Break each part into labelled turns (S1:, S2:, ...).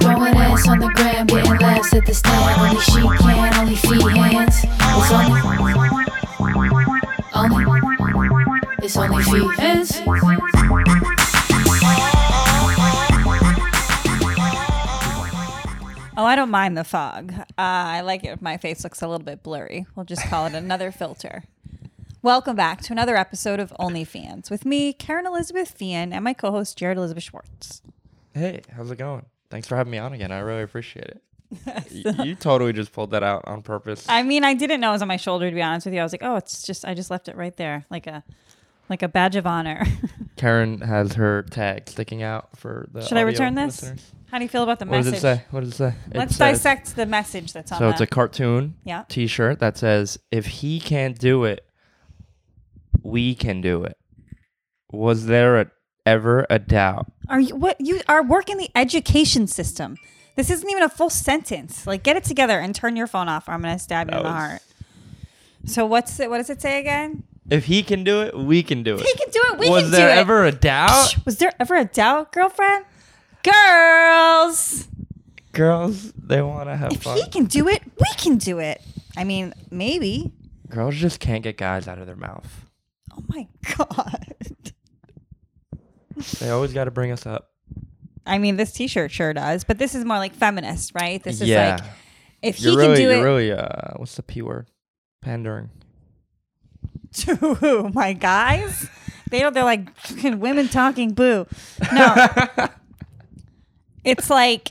S1: It's on the gram, getting laughs at this time. Only she can, only feet, hands. It's only, only, it's only feet, hands.
S2: Oh, I don't mind the fog. Uh, I like it if my face looks a little bit blurry. We'll just call it another filter. Welcome back to another episode of OnlyFans with me, Karen Elizabeth Fian, and my co host, Jared Elizabeth Schwartz.
S3: Hey, how's it going? Thanks for having me on again. I really appreciate it. Y- you totally just pulled that out on purpose.
S2: I mean, I didn't know it was on my shoulder, to be honest with you. I was like, oh, it's just, I just left it right there, like a like a badge of honor.
S3: Karen has her tag sticking out for the.
S2: Should I
S3: audio
S2: return this?
S3: listeners.
S2: How do you feel about the
S3: What
S2: message?
S3: does it say? What does it say? It
S2: Let's
S3: says-
S2: dissect the message that's on
S3: So it's a
S2: that.
S3: cartoon
S2: Yeah.
S3: T-shirt that says, "If he can't do it, we can do it." Was there a, ever a doubt?
S2: Are you what you are working the education system? This isn't even a full sentence. Like, get it together and turn your phone off, or I'm gonna stab you in the
S3: That was-
S2: heart. So what's it? What does it say again?
S3: If he can do it, we can do it.
S2: He can do it. We
S3: Was
S2: can
S3: there
S2: do
S3: ever a doubt,
S2: it. Was there ever a doubt, girlfriend? Girls,
S3: girls? They want to have
S2: if
S3: fun.
S2: he can do it, we can do it. I mean, maybe.
S3: Girls just can't get guys out of their mouth.
S2: Oh my god.
S3: They always got to bring us up.
S2: I mean, this T-shirt sure does, but this is more like feminist, right? This is
S3: yeah,
S2: like if
S3: you're
S2: he
S3: really,
S2: can do
S3: you're
S2: it
S3: really. Uh, what's the p word? Pandering.
S2: to who? My guys? They don't, they're like fucking women talking boo. No, it's like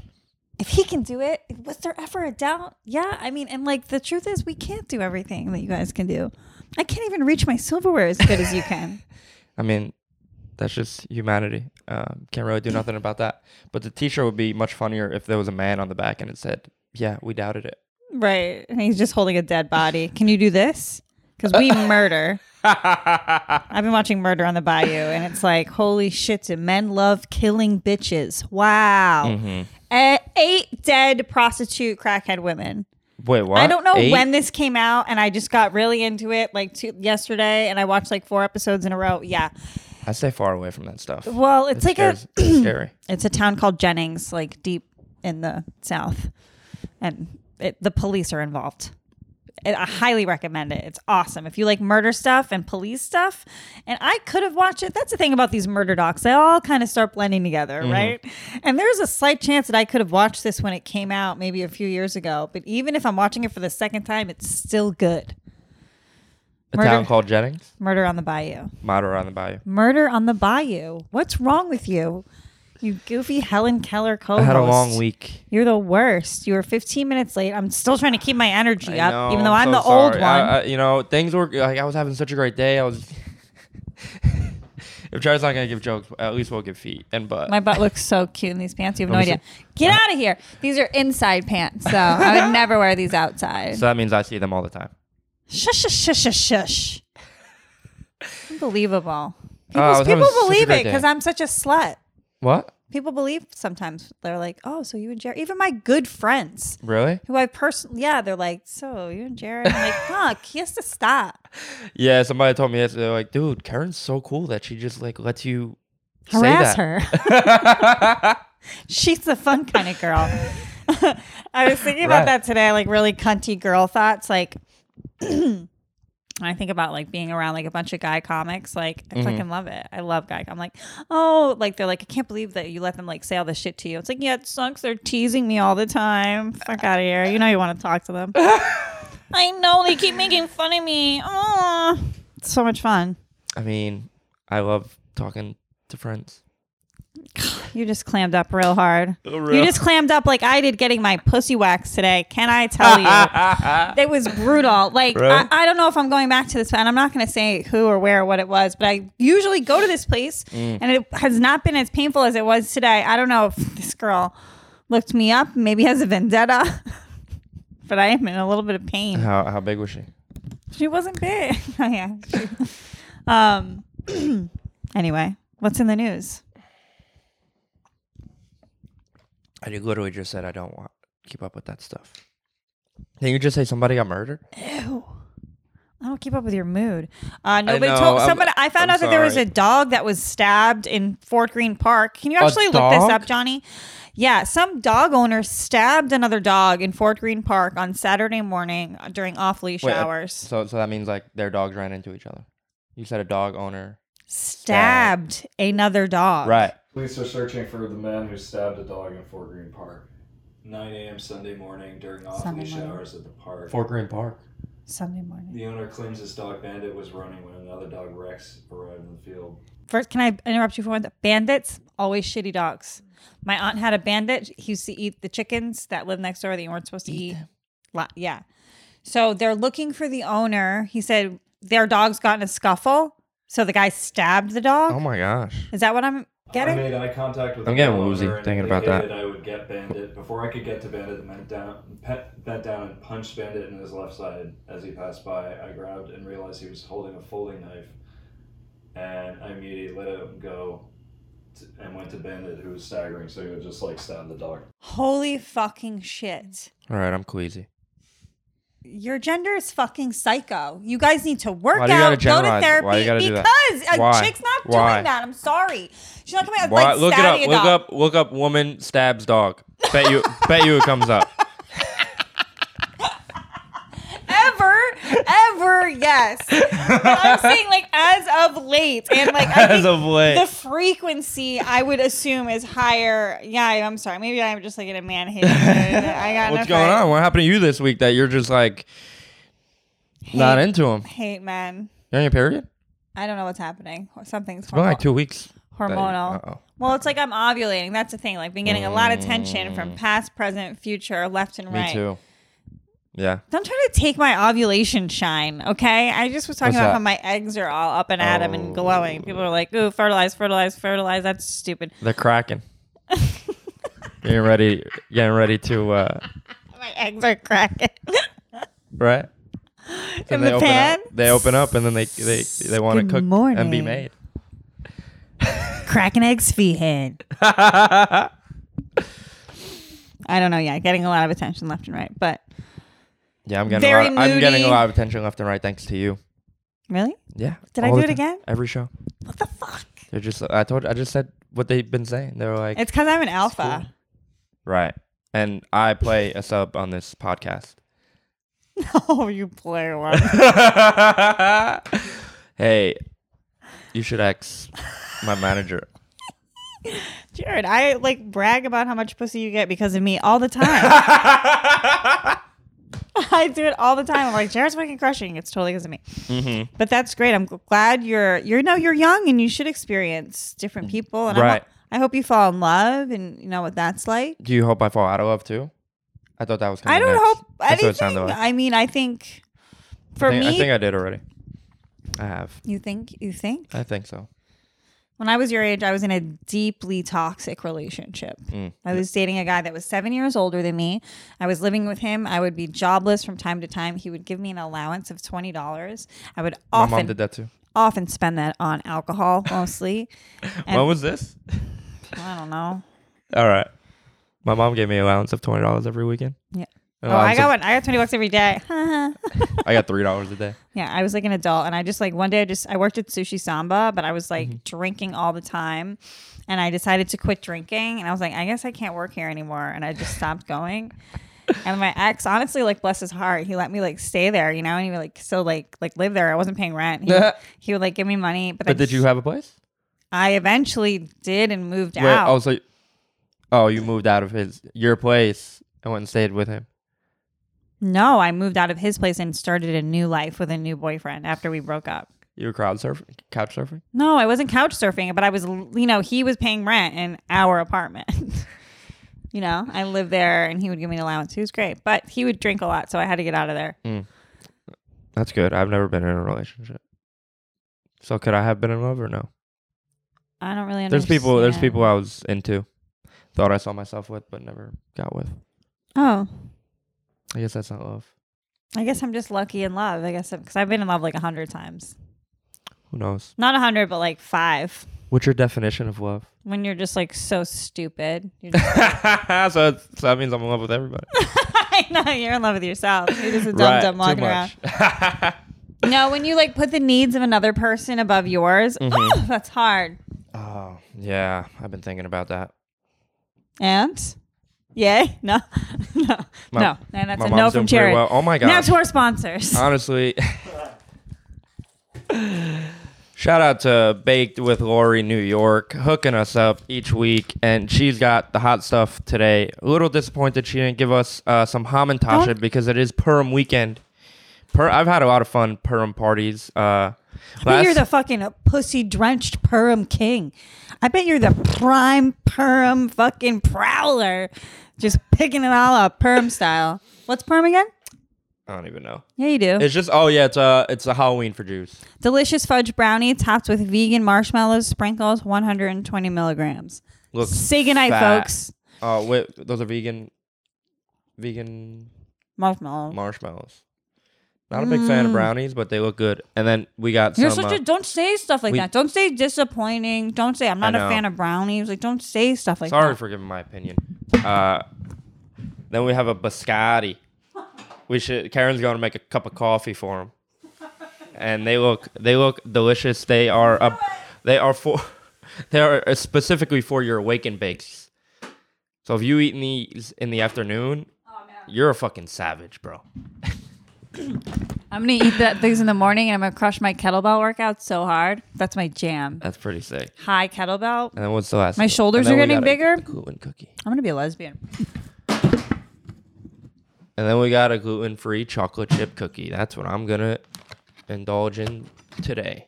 S2: if he can do it, was there ever a doubt? Yeah, I mean, and like the truth is, we can't do everything that you guys can do. I can't even reach my silverware as good as you can.
S3: I mean, that's just humanity. Um, can't really do nothing about that. But the T-shirt would be much funnier if there was a man on the back and it said, "Yeah, we doubted it."
S2: right. And he's just holding a dead body. Can you do this? Because we murder. I've been watching Murder on the Bayou, and it's like, holy shit, do men love killing bitches? Wow. Eh, eight dead prostitute crackhead women.
S3: Wait, what?
S2: I don't know
S3: Eight?
S2: when this came out, and I just got really into it like two, yesterday, and I watched like four episodes in a row. Yeah,
S3: I stay far away from that stuff.
S2: well, it's
S3: It
S2: like a
S3: scares- it's scary.
S2: it's a town called Jennings, like deep in the south, and it, the police are involved. I I highly recommend it. It's awesome. If you like murder stuff and police stuff, and I could have watched it. That's the thing about these murder docs. They all kind of start blending together,
S3: Mm-hmm.
S2: right? And there's a slight chance that I could have watched this when it came out maybe a few years ago. But even if I'm watching it for the second time, it's still good.
S3: A
S2: Murder-
S3: town called Jennings.
S2: Murder on the Bayou.
S3: Murder on the Bayou.
S2: Murder on the Bayou. What's wrong with you? You goofy Helen Keller co
S3: I had a long week.
S2: You're the worst. You were 15 minutes late. I'm still trying to keep my energy
S3: I
S2: up,
S3: know,
S2: even though I'm,
S3: so
S2: the old one.
S3: sorry. I- I- you know, things were like I was having such a great day. I was. if Jared's not gonna give jokes, at least we'll give feet and butt.
S2: my butt looks so cute in these pants. You have no
S3: Let me
S2: idea. Get out of here. These are inside pants, so I would never wear these outside.
S3: so that means I see them all the time.
S2: shush, shush, shush, shush, shush. Unbelievable.
S3: Oh, I
S2: People,
S3: was having
S2: people
S3: such a
S2: believe
S3: great
S2: it
S3: day.
S2: because I'm such a slut.
S3: What?
S2: People believe sometimes. They're like, oh, so you and Jared, even my good friends.
S3: Really?
S2: who I personally, yeah, they're like, so you and Jared, I'm like, fuck, he has to stop.
S3: Yeah, somebody told me yesterday, they're like, dude, Karen's so cool that she just like lets you say
S2: Harass
S3: that."
S2: her. She's the fun kind of girl. I was thinking about
S3: Right.
S2: that today, like really cunty girl thoughts. Like, when I think about like being around like a bunch of guy comics, like I
S3: Mm-hmm.
S2: fucking love it. I love guy. I'm like, oh, like they're like, I can't believe that you let them like say all this shit to you. It's like, yeah, it sucks. They're teasing me all the time. Fuck out of here. You know you want to talk to them. I know they keep making fun of me. Oh, it's so much fun.
S3: I mean, I love talking to friends.
S2: You just clammed up real hard.
S3: real.
S2: You just clammed up like I did getting my pussy wax today. Can I tell you? it was brutal. Like,
S3: Right?
S2: I, I don't know if I'm going back to this, and I'm not going to say who or where or what it was, but I usually go to this place, and it has not been as painful as it was today. I don't know if this girl looked me up, maybe has a vendetta, but I am in a little bit of pain.
S3: How how big was she?
S2: She wasn't big. oh, yeah. um. anyway, what's in the news?
S3: I ju- literally just said I don't want keep up with that stuff. Didn't you just say somebody got murdered?
S2: I don't keep up with your mood. Uh, nobody
S3: know,
S2: told
S3: I'm-
S2: somebody. I found
S3: I'm
S2: out that there was a
S3: sorry.
S2: dog that was stabbed in Fort Greene Park. Can you actually look this
S3: dog?
S2: up, Johnny? Yeah, some dog owner stabbed another dog in Fort Greene Park on Saturday morning during off leash
S3: Wait, uh,
S2: hours.
S3: So so that means like their dogs ran into each other. You said a dog owner.
S2: Stabbed another dog.
S3: Right.
S4: Police are searching for the man who stabbed a dog in Fort Greene Park. 9 a.m. Sunday morning during off
S2: Sunday
S4: leash
S2: morning.
S4: hours at the park.
S3: Fort Greene Park.
S2: Sunday morning.
S4: The owner claims his dog Bandit was running when another dog Rex arrived in the field.
S2: First, can I interrupt you for one? Bandits always shitty dogs. My aunt had a bandit. He used to eat the chickens that lived next door that you weren't supposed to eat. Lot- yeah. So they're looking for the owner. He said their dogs got in a scuffle, so the guy stabbed the dog.
S3: Oh my gosh.
S2: Is that what I'm
S4: I
S2: getting?
S4: made eye contact with
S3: I'm
S4: the
S3: getting
S4: owner
S3: woozy
S4: and
S3: thinking about that.
S4: indicated I would get Bandit. Before I could get to Bandit, the man down, pet, bent down and punched Bandit in his left side as he passed by. I grabbed and realized he was holding a folding knife, and I immediately let him go t- and went to Bandit, who was staggering, so he would just like stab the dog.
S2: Holy fucking shit.
S3: All right, I'm queasy.
S2: Your gender is fucking psycho. You guys need to work
S3: Why do you gotta
S2: out, go to
S3: generalize it?
S2: therapy.
S3: Why you gotta do that?
S2: because a
S3: Why?
S2: chick's not
S3: Why?
S2: doing that. I'm sorry. She's not coming out
S3: Why-
S2: like
S3: look it up.
S2: stabbing
S3: Look
S2: a dog.
S3: up. Look up. Woman stabs dog. Bet you. bet you it comes up.
S2: ever, ever, yes. But I'm saying like as of late, and like I
S3: As
S2: think
S3: of late.
S2: the frequency I would assume is higher. Yeah, I- I'm sorry. Maybe I'm just like in a man hating. I got enough
S3: What's going
S2: right-
S3: on? What happened to you this week that you're just like not into him?
S2: Hate men.
S3: You're on your period?
S2: I don't know what's happening. Something's
S3: It's been
S2: hormo-
S3: like two weeks.
S2: hormonal.
S3: Uh-oh.
S2: Well, it's like I'm ovulating. That's the thing. Like been getting a lot of tension from past, present, future, left and
S3: Mm. Me
S2: right.
S3: too. Yeah.
S2: Don't try to take my ovulation shine, okay? I just was talking
S3: What's
S2: about
S3: that? Oh.
S2: how my eggs are all up and at 'em and glowing. People are like, ooh, fertilize, fertilize, fertilize. That's stupid.
S3: They're cracking. getting ready. Getting ready to. uh
S2: My eggs are cracking.
S3: Right.
S2: In
S3: And
S2: the
S3: they open
S2: pan?
S3: Up, they open up and then they they they want to
S2: Good
S3: cook and be
S2: morning.
S3: made.
S2: cracking eggs, feet head. I don't know. Yeah, getting a lot of attention left and right. But
S3: Yeah, I'm getting
S2: Very
S3: a lot. I'm getting a
S2: moody.
S3: lot of attention left and right thanks to you.
S2: really?
S3: Yeah.
S2: Did I
S3: all
S2: do
S3: the
S2: it
S3: time.
S2: again?
S3: Every show.
S2: What the fuck?
S3: They're just. I told. I just said what they've been saying. They were like.
S2: It's because I'm an alpha.
S3: right. And I play a sub on this podcast.
S2: oh, you player one.
S3: hey, you should ask my manager.
S2: Jared, I like brag about how much pussy you get because of me all the time. I do it all the time. I'm like, Jared's fucking crushing. It's totally because of me.
S3: Mm-hmm.
S2: But that's great. I'm gl- glad you're you're no you're young and you should experience different people. And I ho-
S3: Mm-hmm. Right.
S2: I hope you fall in love and you know what that's like.
S3: Do you hope I fall out of love too? I thought that was. Coming
S2: I don't
S3: next.
S2: hope
S3: That's what it
S2: anything.
S3: sounded like.
S2: I mean, I think for
S3: I think,
S2: me,
S3: I think I did already. I have.
S2: you think you think
S3: I think so.
S2: when I was your age, I was in a deeply toxic relationship.
S3: Mm.
S2: I was dating a guy that was seven years older than me. I was living with him. I would be jobless from time to time. He would give me an allowance of twenty dollars. I would
S3: My mom
S2: often
S3: did that too.
S2: often spend that on alcohol mostly. And-
S3: When was this?
S2: I don't know.
S3: All right. My mom gave me allowance of twenty dollars every weekend.
S2: Yeah.
S3: An
S2: oh, I
S3: allowance
S2: got
S3: of-
S2: one. I got twenty bucks every day. yeah,
S3: I got three dollars a day.
S2: I was like an adult, and I just like one day I just I worked at Sushi Samba, but I was like
S3: Mm-hmm.
S2: drinking all the time, and I decided to quit drinking, and I was like, I guess I can't work here anymore, and I just stopped going. And my ex, honestly, like bless his heart, he let me like stay there, you know, and he would like still like like live there. I wasn't paying rent. He, would- he would like give me money, but,
S3: But
S2: then
S3: did you have a place?
S2: I eventually did and moved
S3: Wait,
S2: out.
S3: oh, so, oh, you moved out of his your place and went and stayed with him.
S2: no, I moved out of his place and started a new life with a new boyfriend after we broke up.
S3: You were crowd surfing, couch surfing.
S2: No, I wasn't couch surfing, but I was, you know, he was paying rent in our apartment. you know, I lived there and he would give me an allowance. He was great, but he would drink a lot, so I had to get out of there.
S3: That's good. I've never been in a relationship. So could I have been in love or no?
S2: I don't really understand.
S3: There's people. There's people I was into, thought I saw myself with, but never got with.
S2: Oh,
S3: I guess that's not love.
S2: I guess I'm just lucky in love. I guess because I've been in love like a hundred times.
S3: Who knows?
S2: Not a hundred, but like five.
S3: What's your definition of love?
S2: When you're just like so stupid. You're just,
S3: so, it's, so that means I'm in love with everybody.
S2: I know you're in love with yourself. You're just a dumb
S3: Right,
S2: dumb
S3: too
S2: walking around.
S3: much.
S2: No, when you like put the needs of another person above yours,
S3: Mm-hmm.
S2: oh, that's hard.
S3: Oh, yeah. I've been thinking about that.
S2: And yay, no, no,
S3: My-
S2: no, and that's
S3: my
S2: a
S3: mom's
S2: no
S3: doing
S2: from
S3: pretty
S2: Jared.
S3: well. Oh my Uh,
S2: Now
S3: gosh.
S2: to our sponsors.
S3: Honestly. Shout out to Baked with Lori New York hooking us up each week, and she's got the hot stuff today. A little disappointed she didn't give us uh, some
S2: Oh.
S3: hamantasha because it is Purim weekend. Per- I've had a lot of fun Purim parties. Uh,
S2: I bet you're
S3: last-
S2: the fucking pussy drenched Purim king. I bet you're the prime Purim fucking prowler, just picking it all up Purim style. What's Purim again?
S3: I don't even know.
S2: Yeah, you do.
S3: It's just oh yeah, it's uh it's a Halloween for Jews.
S2: Delicious fudge brownie topped with vegan marshmallows, sprinkles, 120 milligrams.
S3: Look,
S2: Say goodnight,
S3: fat.
S2: folks.
S3: Uh, wait, those are vegan, vegan
S2: Marshmallows.
S3: marshmallows. Not a big fan of brownies, but they look good. And then we got
S2: Mm. You're
S3: some.
S2: such
S3: uh,
S2: a don't say stuff like
S3: we-
S2: that. Don't say disappointing. Don't say I'm not a
S3: know.
S2: fan of brownies. Like don't say stuff like
S3: sorry
S2: that.
S3: for giving my opinion. Uh, then we have a biscotti. We should. Karen's going to make a cup of coffee for them. And they look they look delicious. They are a, they are for they are specifically for your awakened bakes. So if you eating these in the afternoon, you're a fucking savage, bro.
S2: I'm gonna eat that things in the morning and I'm gonna crush my kettlebell workout so hard. That's my jam.
S3: That's pretty sick.
S2: High kettlebell.
S3: And then what's the last?
S2: My
S3: one?
S2: shoulders
S3: And
S2: are
S3: then we
S2: getting
S3: got a
S2: bigger.
S3: gluten cookie.
S2: I'm gonna be a lesbian.
S3: And then we got a gluten free chocolate chip cookie. That's what I'm going to indulge in today.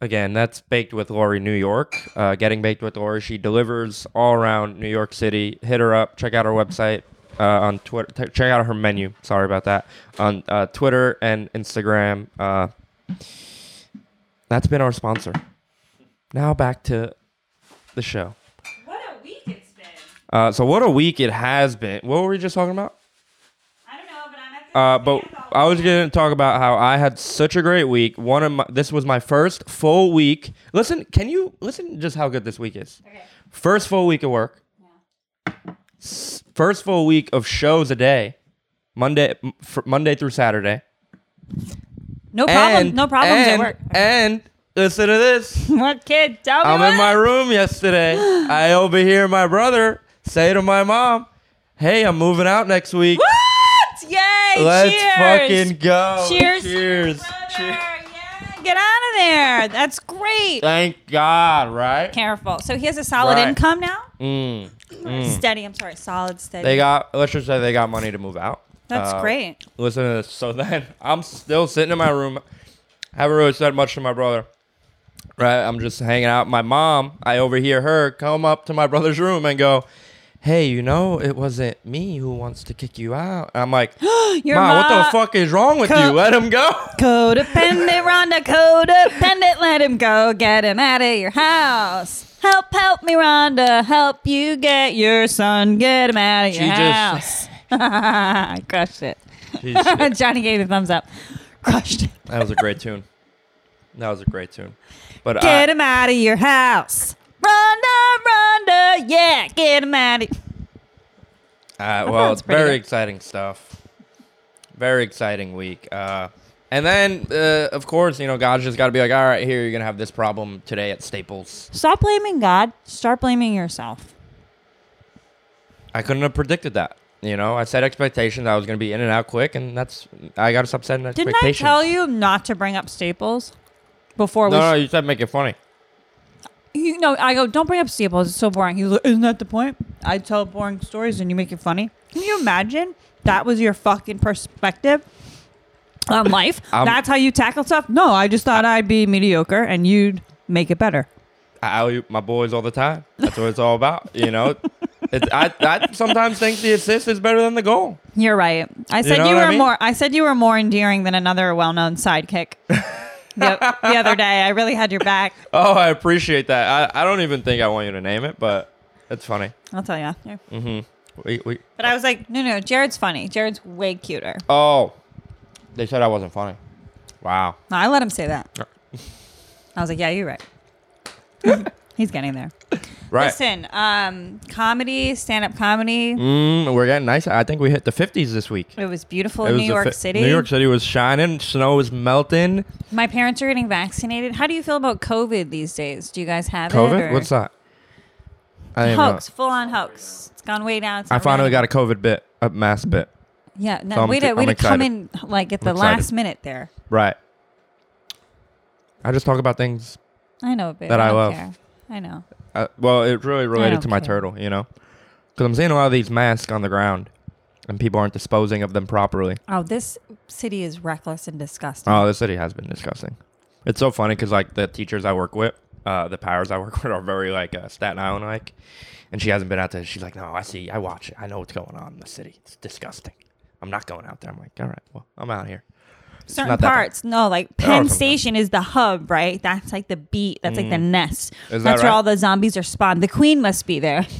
S3: Again, that's Baked with Lori New York. Uh, getting Baked with Lori. She delivers all around New York City. Hit her up. Check out her website uh, on Twitter. t- check out her menu. Sorry about that. On uh, Twitter and Instagram. Uh, that's been our sponsor. Now back to the show.
S2: What a week it's been.
S3: Uh, so, what a week it has been. What were we just talking about?
S2: I don't know, but I'm at the
S3: Uh, but I was gonna talk about how I had such a great week. One of my, this was my first full week. Listen, can you listen just how good this week is?
S2: Okay.
S3: First full week of work. S- First full week of shows a day, Monday, m- fr- Monday through Saturday.
S2: No problem.
S3: And-
S2: no problems
S3: and-
S2: at work.
S3: And listen to this.
S2: What kid? Tell me
S3: I'm
S2: what?
S3: in my room yesterday. I overhear my brother say to my mom, "Hey, I'm moving out next week.
S2: What? Yay!
S3: Let's
S2: cheers.
S3: fucking go.
S2: Cheers.
S3: Cheers.
S2: Brother, yeah, Get out of there. That's great.
S3: Thank God, right?
S2: Careful. So he has a solid
S3: Uh, Right.
S2: income now.
S3: Mm.
S2: Steady. I'm sorry. Solid. Steady.
S3: They got, let's just say they got money to move out.
S2: That's
S3: Uh,
S2: great.
S3: Listen to this. So then I'm still sitting in my room. Haven't really said much to my brother. Right? I'm just hanging out. My mom, I overhear her come up to my brother's room and go, Hey, you know, it wasn't me who wants to kick you out. And I'm like,
S2: Your
S3: Ma, what the
S2: ma-
S3: fuck is wrong with
S2: Co-
S3: you? Let him go.
S2: Codependent, Rhonda. Codependent. Let him go. Get him out of your house. Help, help me, Rhonda. Help you get your son. Get him out of your
S3: She
S2: house.
S3: just-
S2: I crushed it.
S3: Jeez,
S2: Johnny gave a thumbs up. Crushed it.
S3: that was a great tune. That was a great tune. But I-
S2: Get him out of your house. Rhonda, Rhonda. Yeah, get him out of.
S3: Uh, well,
S2: that's
S3: it's
S2: pretty
S3: very
S2: good.
S3: exciting stuff. Very exciting week. Uh, and then, uh, of course, you know, God's just got to be like, all right, here, you're going to have this problem today at Staples.
S2: Stop blaming God. Start blaming yourself.
S3: I couldn't have predicted that. You know, I set expectations I was going to be in and out quick, and that's, I got to stop setting
S2: Didn't I
S3: expectations.
S2: tell you not to bring up Staples before
S3: No,
S2: we?
S3: no, you said make it funny.
S2: you know, I go, don't bring up Staples. It's so boring. He's like, isn't that the point? I tell boring stories and you make it funny. Can you imagine that was your fucking perspective on life?
S3: Um,
S2: That's how you tackle stuff? No, I just thought I'd be mediocre and you'd make it better.
S3: I owe you my boys all the time. That's what it's all about. You know, it's, I, I sometimes think the assist is better than the goal.
S2: You're right. I said you,
S3: know what
S2: were
S3: I mean?
S2: more. I said you were more endearing than another well-known sidekick. the, the other day, I really had your back.
S3: Oh, I appreciate that. I, I don't even think I want you to name it, but it's funny.
S2: I'll tell you after.
S3: We, we,
S2: But I was like, no, no, Jared's funny. Jared's way cuter.
S3: Oh, they said I wasn't funny. Wow.
S2: No, I let him say that. I was like, yeah, you're right. He's getting there.
S3: Right.
S2: Listen, um, comedy, stand up comedy.
S3: Mm, we're getting nice. I think we hit the 50s this week.
S2: It was beautiful
S3: It
S2: in
S3: was
S2: New
S3: a
S2: York
S3: fi-
S2: City.
S3: New York City was shining. Snow was melting.
S2: My parents are getting vaccinated. How do you feel about COVID these days? Do you guys have it?
S3: COVID?
S2: or-
S3: What's that? I don't even know.
S2: Hoax, full on hoax. It's gone way down. It's
S3: I
S2: not
S3: finally
S2: ready.
S3: got a COVID bit, a mass bit.
S2: Yeah, no,
S3: so I'm
S2: way to
S3: ex-
S2: way
S3: I'm
S2: to come
S3: excited.
S2: in like at the
S3: I'm excited.
S2: last minute there.
S3: Right. I just talk about things.
S2: I know, babe.
S3: That I
S2: don't
S3: love.
S2: Care. I know.
S3: Uh, well, it really related
S2: don't
S3: to my
S2: care.
S3: turtle, you know, because I'm seeing a lot of these masks on the ground, and people aren't disposing of them properly.
S2: Oh, this city is reckless and disgusting.
S3: Oh, the city has been disgusting. It's so funny because like the teachers I work with, uh, the powers I work with are very like uh, Staten Island like, and she hasn't been out there. She's like, no, I see, I watch it, I know what's going on in the city. It's disgusting. I'm not going out there. I'm like, all right, well, I'm out here.
S2: Certain
S3: not that bad. Oh,
S2: parts, no, like
S3: are
S2: Penn
S3: some-
S2: Station is the hub, right? That's like the beat. That's like the nest.
S3: Mm. Is that
S2: That's where
S3: right?
S2: all the zombies are spawned. The queen must be there.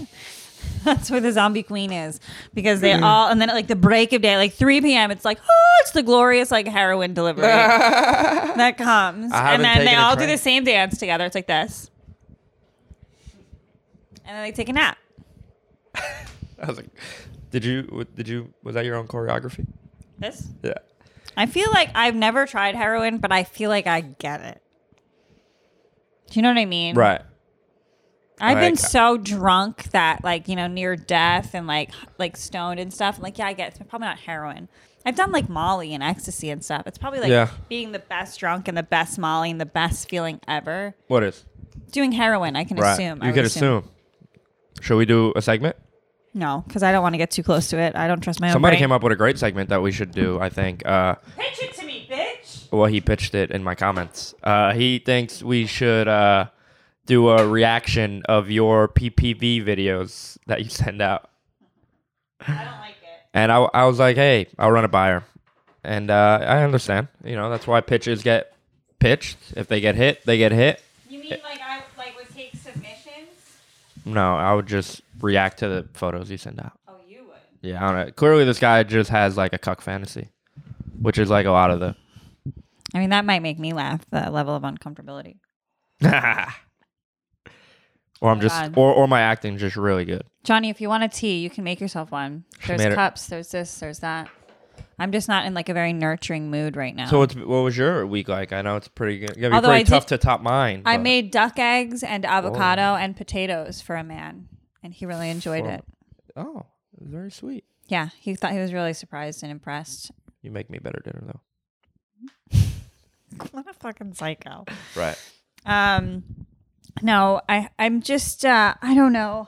S2: That's where the zombie queen is because they all, and then at like the break of day, like 3 p.m., it's like, oh, it's the glorious like heroin delivery that comes.
S3: I haven't
S2: And then they
S3: taken a
S2: all do
S3: train.
S2: the same dance together. It's like this. And then they take a nap.
S3: I was like, did you? w- Did you? Was that your own choreography?
S2: This.
S3: Yeah.
S2: I feel like I've never tried heroin, but I feel like I get it. Do you know what I mean?
S3: Right.
S2: I've been
S3: Like- uh,
S2: so drunk that like you know near death and like like stoned and stuff. I'm like yeah, I get it. It's probably not heroin. I've done like Molly and ecstasy and stuff. It's probably like
S3: Yeah.
S2: being the best drunk and the best Molly and the best feeling ever.
S3: What is?
S2: Doing heroin, I can
S3: Right.
S2: assume. I
S3: you
S2: would
S3: could assume. Should we do a segment?
S2: No, because I don't want to get too close to it. I don't trust my own.
S3: Somebody came up with a great segment that we should do. I think. Uh,
S2: Pitch it to me, bitch.
S3: well, he pitched it in my comments. Uh, he thinks we should uh, do a reaction of your PPV videos that you send out.
S2: I don't like it.
S3: And I, I was like, hey, I'll run it by her. And uh, I understand. You know, that's why pitches get pitched. If they get hit, they get hit.
S2: You
S3: Eh.
S2: mean like I like would take submissions?
S3: No, I would just react to the photos you send out.
S2: Oh, you would.
S3: Yeah, I don't know. Clearly, this guy just has like a cuck fantasy, which is like a lot of the.
S2: I mean, that might make me laugh. The level of uncomfortability.
S3: or I'm just,
S2: Oh God.
S3: or, or my acting's just really good.
S2: Johnny, if you want a tea, you can make yourself one. There's
S3: made it.
S2: cups, there's this, there's that. I'm just not in like a very nurturing mood right now.
S3: So, it's, what was your week like? I know it's pretty good. Gonna be
S2: Although
S3: pretty
S2: I
S3: tough
S2: did-
S3: to top mine.
S2: I
S3: but-
S2: made duck eggs and
S3: Oh.
S2: avocado and potatoes for a man, and he really enjoyed
S3: Whoa.
S2: it.
S3: Oh, very sweet.
S2: Yeah, he thought he was really surprised and impressed.
S3: You make me better dinner though.
S2: What a fucking psycho.
S3: Right.
S2: Um, no, I I'm just uh, I don't know.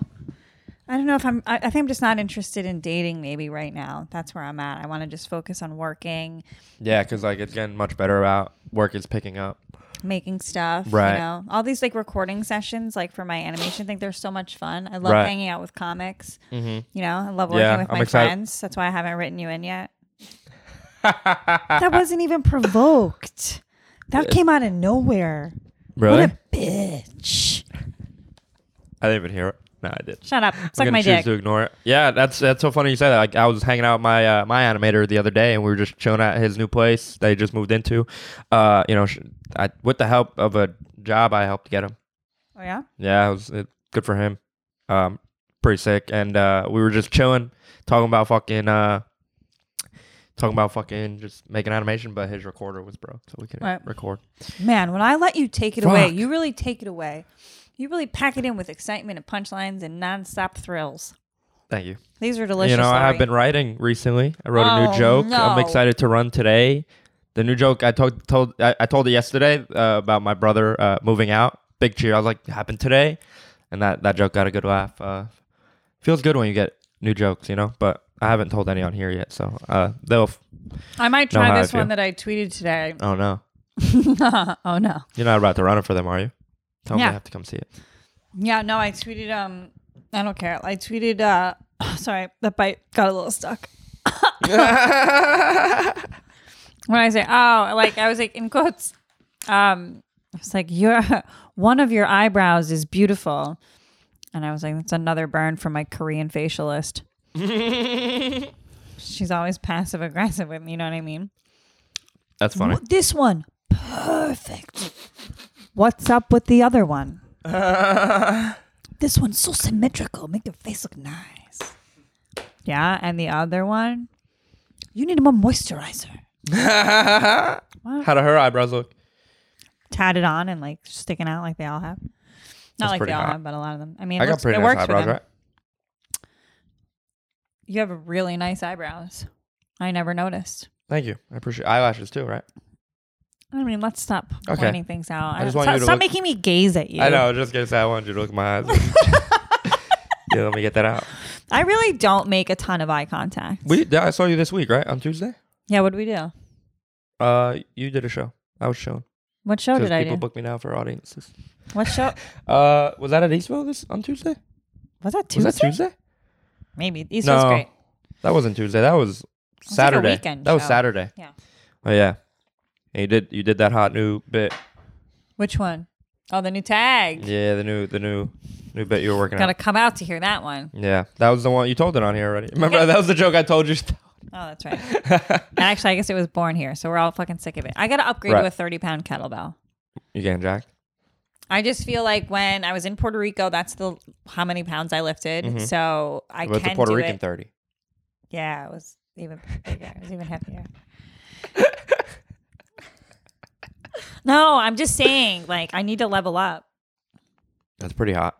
S2: I don't know if I'm. I, I think I'm just not interested in dating. Maybe right now, that's where I'm at. I want to just focus on working,
S3: Yeah, because like it's getting much better about work is picking up.
S2: making stuff.
S3: Right.
S2: You know, all these like recording sessions, like for my animation thing, they're so much fun. I love
S3: Right. Mm-hmm.
S2: hanging out with comics. You know, I love working
S3: Yeah,
S2: with
S3: I'm
S2: my
S3: excited.
S2: friends. That's why I haven't written you in yet. that wasn't even provoked. That came out of nowhere.
S3: Really?
S2: What a bitch.
S3: I didn't even hear it. No, I did.
S2: Shut up.
S3: I'm
S2: Suck
S3: gonna
S2: my
S3: choose
S2: dick.
S3: to ignore it. Yeah, that's that's so funny you say that. Like I was hanging out with my uh, my animator the other day, and we were just chilling at his new place that he just moved into. Uh, you know, sh- I, with the help of a job, I helped get him.
S2: Oh yeah.
S3: Yeah, it was it, good for him. Um, pretty sick, and uh, we were just chilling, talking about fucking uh, talking about fucking just making animation, but his recorder was broke, so we couldn't
S2: Right.
S3: record.
S2: Man, when I let you take it away,
S3: Fuck.
S2: you really take it away. You really pack it in with excitement and punchlines and nonstop thrills.
S3: Thank you.
S2: These are delicious.
S3: you know, I have
S2: Lori.
S3: been writing recently. I wrote a
S2: Oh,
S3: new joke. I'm
S2: no.
S3: excited to run today. The new joke I told told I, I told it yesterday uh, about my brother uh, moving out. Big cheer! I was like, happened today, and that that joke got a good laugh. Uh, feels good when you get new jokes, you know. But I haven't told any on here yet, so uh, they'll. F-
S2: I might
S3: Know
S2: try
S3: how I
S2: this
S3: feel.
S2: one that I tweeted today.
S3: oh no,
S2: oh no.
S3: you're not about to run it for them, are you? Tell them
S2: Yeah.
S3: they have to come see it.
S2: Yeah, no, I tweeted um I don't care. I tweeted uh sorry, that bite got a little stuck. when I say oh, like I was like in quotes, um I was like your one of your eyebrows is beautiful. And I was like, that's another burn from my Korean facialist. She's always passive aggressive with me, you know what I mean?
S3: That's funny.
S2: This one, perfect. What's up with the other one? This one's so symmetrical, make your face look nice. Yeah, and the other one, you need more moisturizer.
S3: How do her eyebrows look?
S2: Tatted on and like sticking out like they all have. Not
S3: That's
S2: like
S3: pretty
S2: they all
S3: hot.
S2: have, but a lot of them. I mean, it,
S3: I got
S2: looks-
S3: pretty
S2: it
S3: nice
S2: works for
S3: eyebrows,
S2: them.
S3: right?
S2: You have really nice eyebrows. I never noticed.
S3: Thank you. I appreciate eyelashes too, right?
S2: I mean, let's stop
S3: Okay.
S2: pointing things out.
S3: I just
S2: don't-
S3: want you to
S2: stop stop
S3: look-
S2: making me gaze at you.
S3: I know. I was just gonna say I wanted you to look at my eyes. yeah, let me get that out.
S2: I really don't make a ton of eye contact.
S3: We yeah, I saw you this week, right? On Tuesday.
S2: yeah, what did we do?
S3: Uh, you did a show. I was shown
S2: What show did I
S3: people
S2: do?
S3: book me now for audiences.
S2: what show?
S3: Uh, was that at Eastville this on Tuesday?
S2: Was that
S3: Was
S2: Tuesday?
S3: that Tuesday?
S2: Maybe. East
S3: No.
S2: was great.
S3: That wasn't Tuesday. That was
S2: was like a
S3: Saturday.
S2: weekend
S3: that was
S2: show.
S3: Saturday.
S2: Yeah.
S3: Oh yeah. And you did you did that hot new bit.
S2: Which one? Oh, the new tag.
S3: Yeah, the new the new new bit you were working
S2: Gotta
S3: on.
S2: come out to hear that one.
S3: Yeah, that was the one you told it on here already. Remember that was the joke I told you.
S2: Oh, that's right. and actually, I guess it was born here, so we're all fucking sick of it. I gotta upgrade
S3: Right.
S2: to a 30 pound kettlebell.
S3: You getting jacked?
S2: I just feel like when I was in Puerto Rico, that's the how many pounds I lifted. So I
S3: Mm-hmm. With the
S2: can
S3: Puerto
S2: do
S3: Rican
S2: it.
S3: thirty.
S2: Yeah, it was even bigger. It was even heavier. no, I'm just saying, like, I need to level up.
S3: That's pretty hot.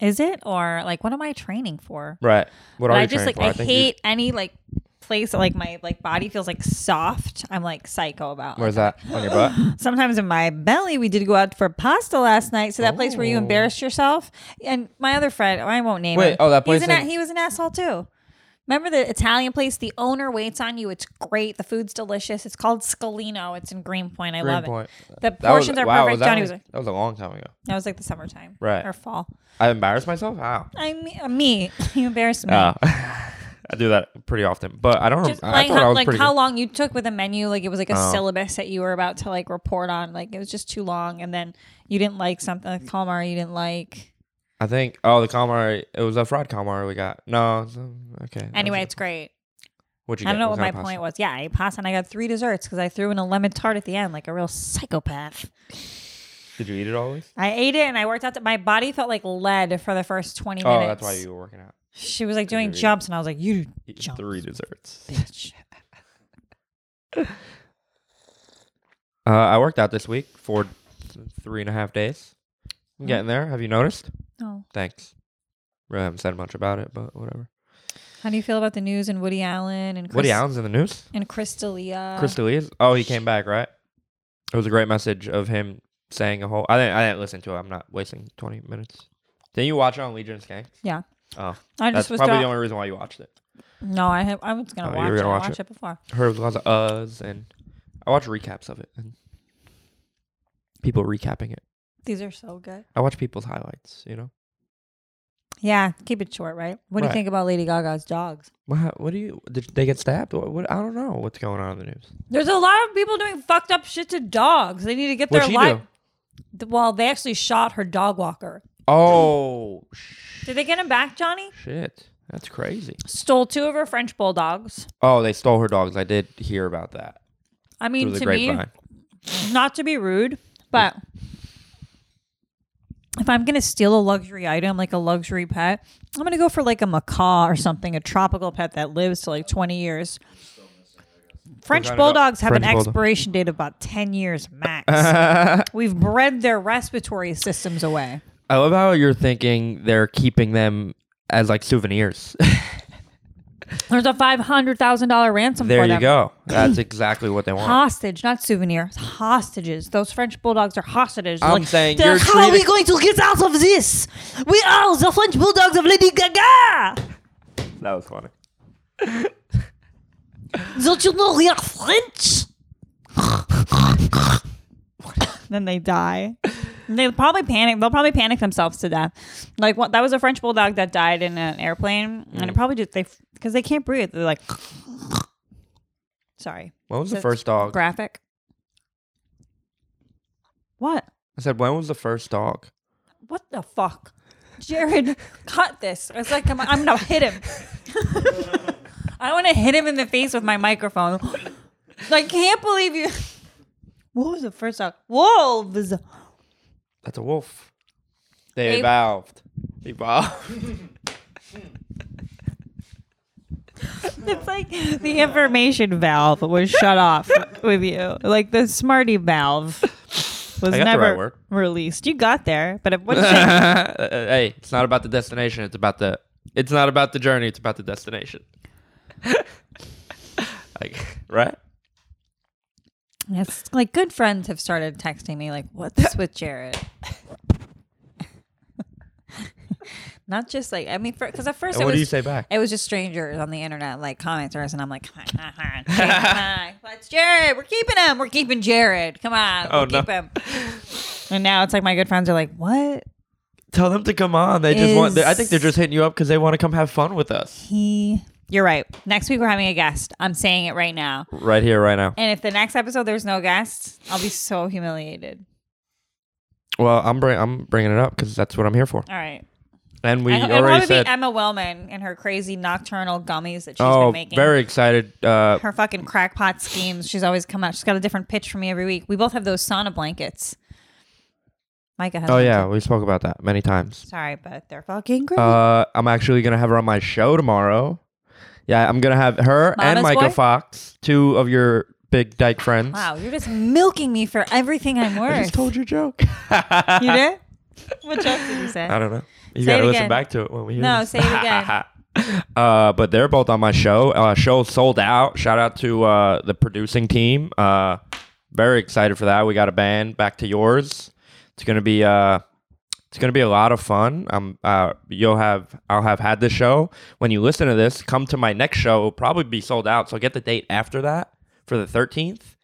S2: Is it or like what am I training for?
S3: Right. What
S2: But
S3: are
S2: I
S3: you
S2: just
S3: training
S2: like
S3: for?
S2: I,
S3: think you-
S2: hate any like place that like my like body feels like soft. I'm like psycho about.
S3: Where's that on your butt?
S2: Sometimes in my belly, we did go out for pasta last night. So that place where you
S3: Oh.
S2: embarrassed yourself. And my other friend, I won't name
S3: Wait,
S2: him.
S3: oh, that
S2: He's
S3: place
S2: an a-
S3: in-
S2: he was an asshole too. Remember the Italian place? The owner waits on you. It's great. The food's delicious. It's called Scalino. It's in Greenpoint. I love
S3: Greenpoint.
S2: it. The
S3: That was-
S2: portions are
S3: wow,
S2: perfect.
S3: Was that,
S2: Johnny
S3: was,
S2: was like,
S3: that was a long time ago.
S2: that was like the summertime,
S3: Right.
S2: or fall.
S3: I embarrassed myself. Wow.
S2: I mean, me, you embarrassed me.
S3: Uh, I do that pretty often, but I don't.
S2: Just
S3: I
S2: like
S3: thought I
S2: how,
S3: was
S2: like
S3: pretty.
S2: how
S3: good.
S2: long you took with a menu, like it was like a
S3: Oh.
S2: syllabus that you were about to like report on. Like it was just too long, and then you didn't like something like calamari. You didn't like
S3: I think. Oh, the calamari. It was a fried calamari we got. No. it's, um, Okay. that
S2: anyway.
S3: was it.
S2: It's great.
S3: What'd you
S2: I don't
S3: get?
S2: know what my
S3: kind of
S2: point
S3: pasta?
S2: was. Yeah, I ate pasta and I got three desserts because I threw in a lemon tart at the end, like a real psychopath.
S3: Did you eat it always?
S2: I ate it and I worked out. That my body felt like lead for the first twenty
S3: Oh,
S2: minutes.
S3: that's why you were working out.
S2: She was like doing
S3: eat it.
S2: jumps, and I was like, "You
S3: Eat
S2: jump,
S3: Three desserts.
S2: bitch."
S3: Uh, I worked out this week for th- three and a half days. I'm
S2: Mm.
S3: getting there. Have you noticed?
S2: No.
S3: Thanks. Really haven't said much about it, but whatever.
S2: How do you feel about the news and Woody Allen and Chris, Uh,
S3: Woody Allen's in the news.
S2: and Crystalia?
S3: Chris D'Elia. Oh, he came back, right? It was a great message of him saying a whole. I didn't. I didn't listen to it. I'm not wasting 20 minutes. Didn't you watch it on Legion's Gang?
S2: Yeah.
S3: Oh,
S2: I
S3: that's
S2: just was
S3: probably
S2: don't-
S3: the only reason why you watched it.
S2: No, I have, I was gonna
S3: Oh, you
S2: watch
S3: were
S2: it.
S3: gonna
S2: I
S3: watch
S2: watched it. before.
S3: Heard lots of uhs, and I watch recaps of it and people recapping it.
S2: These are so good.
S3: I watch people's highlights. You know.
S2: Yeah, keep it short, right? What do
S3: Right.
S2: you think about Lady Gaga's dogs?
S3: What? What do you? Did they get stabbed? What, what? I don't know what's going on in the news.
S2: There's a lot of people doing fucked up shit to dogs. They need to get
S3: What'd
S2: their
S3: she
S2: life.
S3: do?
S2: Well, they actually shot her dog walker.
S3: Oh sh-
S2: Did they get him back, Johnny?
S3: shit! That's crazy.
S2: Stole two of her French bulldogs.
S3: Oh, they stole her dogs. I did hear about that.
S2: I
S3: Through
S2: mean,
S3: the
S2: to me,
S3: grapevine.
S2: not to be rude, but if I'm gonna steal a luxury item like a luxury pet, I'm gonna go for like a macaw or something, a tropical pet that lives to like 20 years. French
S3: We're gonna go-
S2: bulldogs have
S3: French
S2: an
S3: bulldog.
S2: expiration date of about 10 years max. We've bred their respiratory systems away.
S3: I love how you're thinking they're keeping them as like souvenirs.
S2: There's a $500,000 ransom
S3: there
S2: for
S3: you
S2: them.
S3: go. That's exactly what they want.
S2: Hostage, not souvenirs. Hostages. Those French bulldogs are hostages.
S3: I'm
S2: Like,
S3: saying
S2: they're
S3: you're
S2: like, how are we
S3: treating-
S2: going to get out of this? We are the French bulldogs of Lady Gaga.
S3: That was funny.
S2: Don't you know we are French? then they die. They probably panic. They'll probably panic themselves to death. Like what? That was a French bulldog that died in an airplane, and it probably just they because they can't breathe. They're like, sorry,
S3: When was the
S2: That's
S3: first dog?
S2: graphic. What?
S3: I said, when was the first dog?
S2: What the fuck? Jared, cut this. It's like I'm, I'm gonna hit him. I want to hit him in the face with my microphone. I can't believe you. What was the first dog? Wolves.
S3: That's a wolf. They
S2: They-
S3: evolved. Evolved.
S2: It's like the information valve was shut off with you. Like the smarty valve was
S3: I got the
S2: never
S3: right word.
S2: released. You got there, but it wasn't
S3: Uh, hey, it's not about the destination. It's about the. It's not about the journey. It's about the destination. like, right?
S2: Yes, like good friends have started texting me, like, "What's with Jared?" Not just like I mean, because at first
S3: And
S2: it
S3: what
S2: was,
S3: do you say back?
S2: It was just strangers on the internet, like commenters, and I'm like, "Hi, hi, hi, hi, hi. "That's Jared. We're keeping him. We're keeping Jared. Come on,
S3: Oh,
S2: we'll
S3: no.
S2: keep him." And now it's like my good friends are like, "What?
S3: Tell them to come on. They just want. I think they're just hitting you up because they want to come have fun with us.
S2: He? You're right. Next week we're having a guest. I'm saying it right now.
S3: Right here, right now.
S2: And if the next episode there's no guest, I'll be so humiliated.
S3: Well, I'm bring, I'm bringing it up because that's what I'm here for.
S2: All right."
S3: And we
S2: I, it'll
S3: already
S2: probably
S3: said.
S2: be Emma Wellman and her crazy nocturnal gummies that she's
S3: oh,
S2: been making.
S3: very excited. Uh,
S2: her fucking crackpot schemes. She's always come out. She's got a different pitch for me every week. We both have those sauna blankets. Micah has.
S3: oh
S2: them
S3: yeah,
S2: too.
S3: we spoke about that many times.
S2: Sorry, but they're fucking great.
S3: Uh, I'm actually gonna have her on my show tomorrow. Yeah, I'm gonna have her and
S2: Mama's
S3: Micah
S2: boy?
S3: Fox, two of your big dyke friends.
S2: wow, you're just milking me for everything I'm worth.
S3: I just told you a joke.
S2: you did. What joke did you say?
S3: I don't know. You
S2: Say it
S3: gotta listen
S2: again.
S3: back to it when we hear
S2: No,
S3: this.
S2: say it again.
S3: Uh, but they're both on my show. Uh, show sold out. Shout out to uh, the producing team. Uh, very excited for that. We got a band back to yours. It's gonna be uh, it's gonna be a lot of fun. Um, uh, you'll have I'll have had this show. When you listen to this, come to my next show. It'll probably be sold out. So get the date after that for the thirteenth,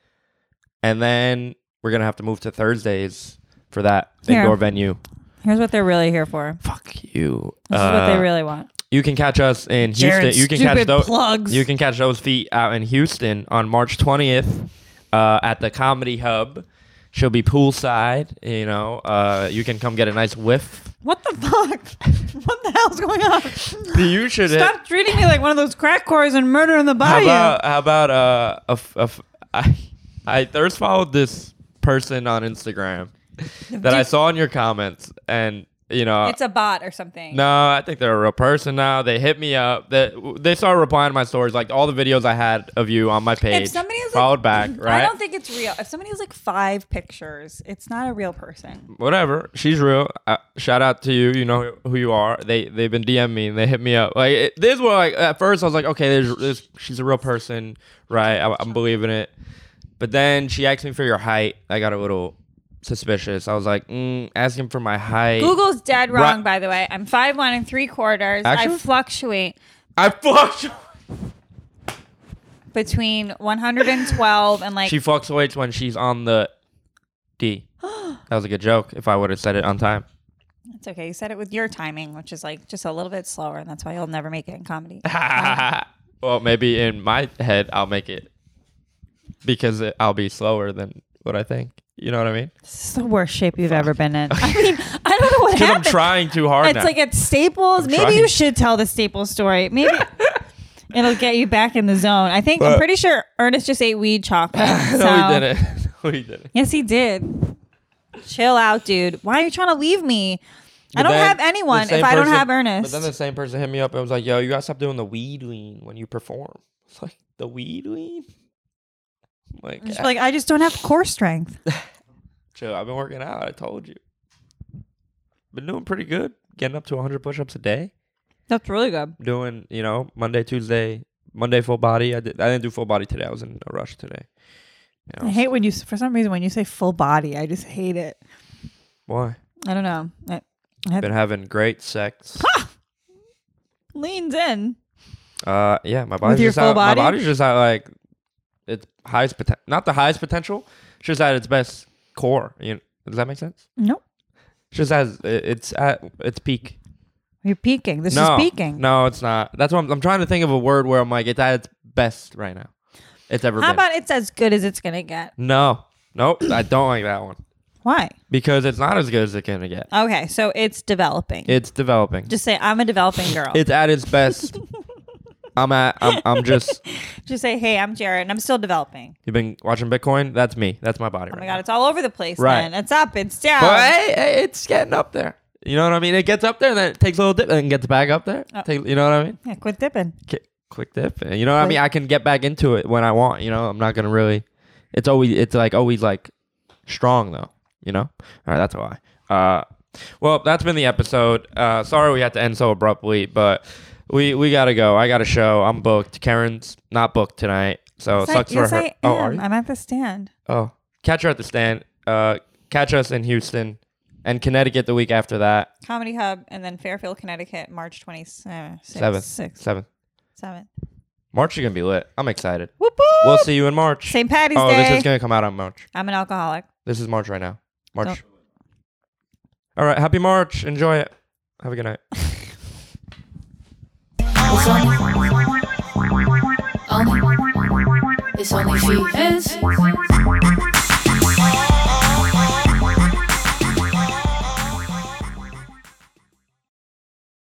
S3: and then we're gonna have to move to Thursdays for that
S2: Here.
S3: indoor venue.
S2: Here's what they're really here for.
S3: Fuck you.
S2: This is
S3: Uh,
S2: what they really want.
S3: You can catch us in Houston.
S2: Jared's
S3: you can catch
S2: stupid
S3: those
S2: plugs.
S3: You can catch those feet out in Houston on March 20th uh, at the Comedy Hub. She'll be poolside. You know, uh, you can come get a nice whiff.
S2: What the fuck? what the hell's going on?
S3: You should.
S2: Stop treating me like one of those crack cores and murder in the
S3: How
S2: bayou.
S3: about how about uh, a f- a f- I I thirst followed this person on Instagram that I saw in your comments, and you know,
S2: it's a bot or something.
S3: uh, No, I think they're a real person now. They hit me up. They, they started replying to my stories, like all the videos I had of you on my page.
S2: If somebody is
S3: followed
S2: like,
S3: back, right?
S2: I don't think it's real. If somebody has like five pictures, it's not a real person.
S3: Whatever, she's real. Uh, shout out to you. You know who you are. They they've been DM me and they hit me up. Like it, this was like at first I was like, okay, there's, there's she's a real person, right? I, I'm believing it. But then she asked me for your height. I got a little suspicious. I was like, mm, asking for my height.
S2: Google's dead
S3: Right.
S2: wrong, by the way. I'm five one and three quarters.
S3: Actually?
S2: I fluctuate
S3: I fucked.
S2: between 112 and like
S3: She fluctuates when she's on the D. That was a good joke. If I would have said it on time,
S2: it's okay. You said it with your timing, which is like just a little bit slower, and that's why you'll never make it in comedy.
S3: well, maybe in my head I'll make it because it, I'll be slower than what I think. You know what I mean?
S2: this is the worst shape you've ever been in. I mean, I don't know what
S3: Because I'm
S2: happened.
S3: trying too hard
S2: It's
S3: now.
S2: like at Staples. Maybe
S3: trying.
S2: you should tell the Staples story. Maybe it'll get you back in the zone. I think
S3: But-
S2: I'm pretty sure Ernest just ate weed chocolate.
S3: no,
S2: so-
S3: we didn't. No, we didn't.
S2: Yes, he did. Chill out, dude. Why are you trying to leave me? I don't have anyone if I don't have
S3: But
S2: Ernest.
S3: then the same person hit me up and was like, "Yo, you gotta stop doing the weed lean when you perform." It's like the weed lean. I'm Like,
S2: She's like, I just don't have core strength.
S3: Chill. I've been working out. I told you. Been doing pretty good. Getting up to 100 push-ups a day.
S2: That's really good.
S3: Doing, you know, Monday, Tuesday, Monday full body. I, did, I didn't do full body today. I was in a rush today. You know,
S2: I hate when you, for some reason, when you say full body, I just hate it.
S3: Why?
S2: I don't know. It, it
S3: Been having great sex.
S2: leans in.
S3: uh, yeah, my body's
S2: your
S3: just
S2: full
S3: out.
S2: body?
S3: My body's just at like its highest potential. Not the highest potential. It's just at its best core. You know, does that make sense?
S2: Nope.
S3: It's just as it- it's at its peak.
S2: You're peeking. This
S3: no,
S2: is peeking.
S3: No, it's not. That's what I'm, I'm trying to think of a word where I'm like, it's at its best right now. It's ever
S2: How
S3: been.
S2: about it's as good as it's going to get?
S3: no, nope. I don't like that one
S2: Why?
S3: because it's not as good as it's gonna get.
S2: Okay, so it's developing.
S3: It's developing.
S2: just say, I'm a developing girl.
S3: it's at its best. I'm at. I'm, I'm just.
S2: just say, hey, I'm Jared and I'm still developing.
S3: You've been watching Bitcoin. That's me. That's my body.
S2: Oh
S3: right
S2: my
S3: now.
S2: God, it's all over the place,
S3: Right.
S2: man. It's up, it's down.
S3: But hey, hey, it's getting up there. You know what I mean? It gets up there, then it takes a little dip, and then gets back up there.
S2: Oh.
S3: Take, you know what I mean?
S2: Yeah, quit dipping.
S3: Ki- Quick dip. You know what I mean? I can get back into it when I want. You know, I'm not gonna really. It's always. It's like always like strong though. You know. All right, that's why. Uh, well, that's been the episode. Uh, sorry we had to end so abruptly, but we we gotta go. I got a show. I'm booked. Karen's not booked tonight, so it
S2: Yes, I-
S3: sucks
S2: yes,
S3: for her.
S2: I
S3: Oh, are
S2: am.
S3: you?
S2: I'm at the stand.
S3: Oh, catch her at the stand. Uh, catch us in Houston and Connecticut the week after that.
S2: Comedy Hub and then Fairfield, Connecticut, March 27th.
S3: Seventh.
S2: Sixth.
S3: Seventh.
S2: Seventh.
S3: March is gonna be lit. I'm excited.
S2: Whoop,
S3: We'll
S2: whoop.
S3: see you in March.
S2: St. Patty's
S3: oh,
S2: Day.
S3: this is gonna come out on March.
S2: I'm an alcoholic.
S3: This is March right now. March. All right. Happy March. Enjoy it. Have a good night.
S1: It's only, only, it's only she is.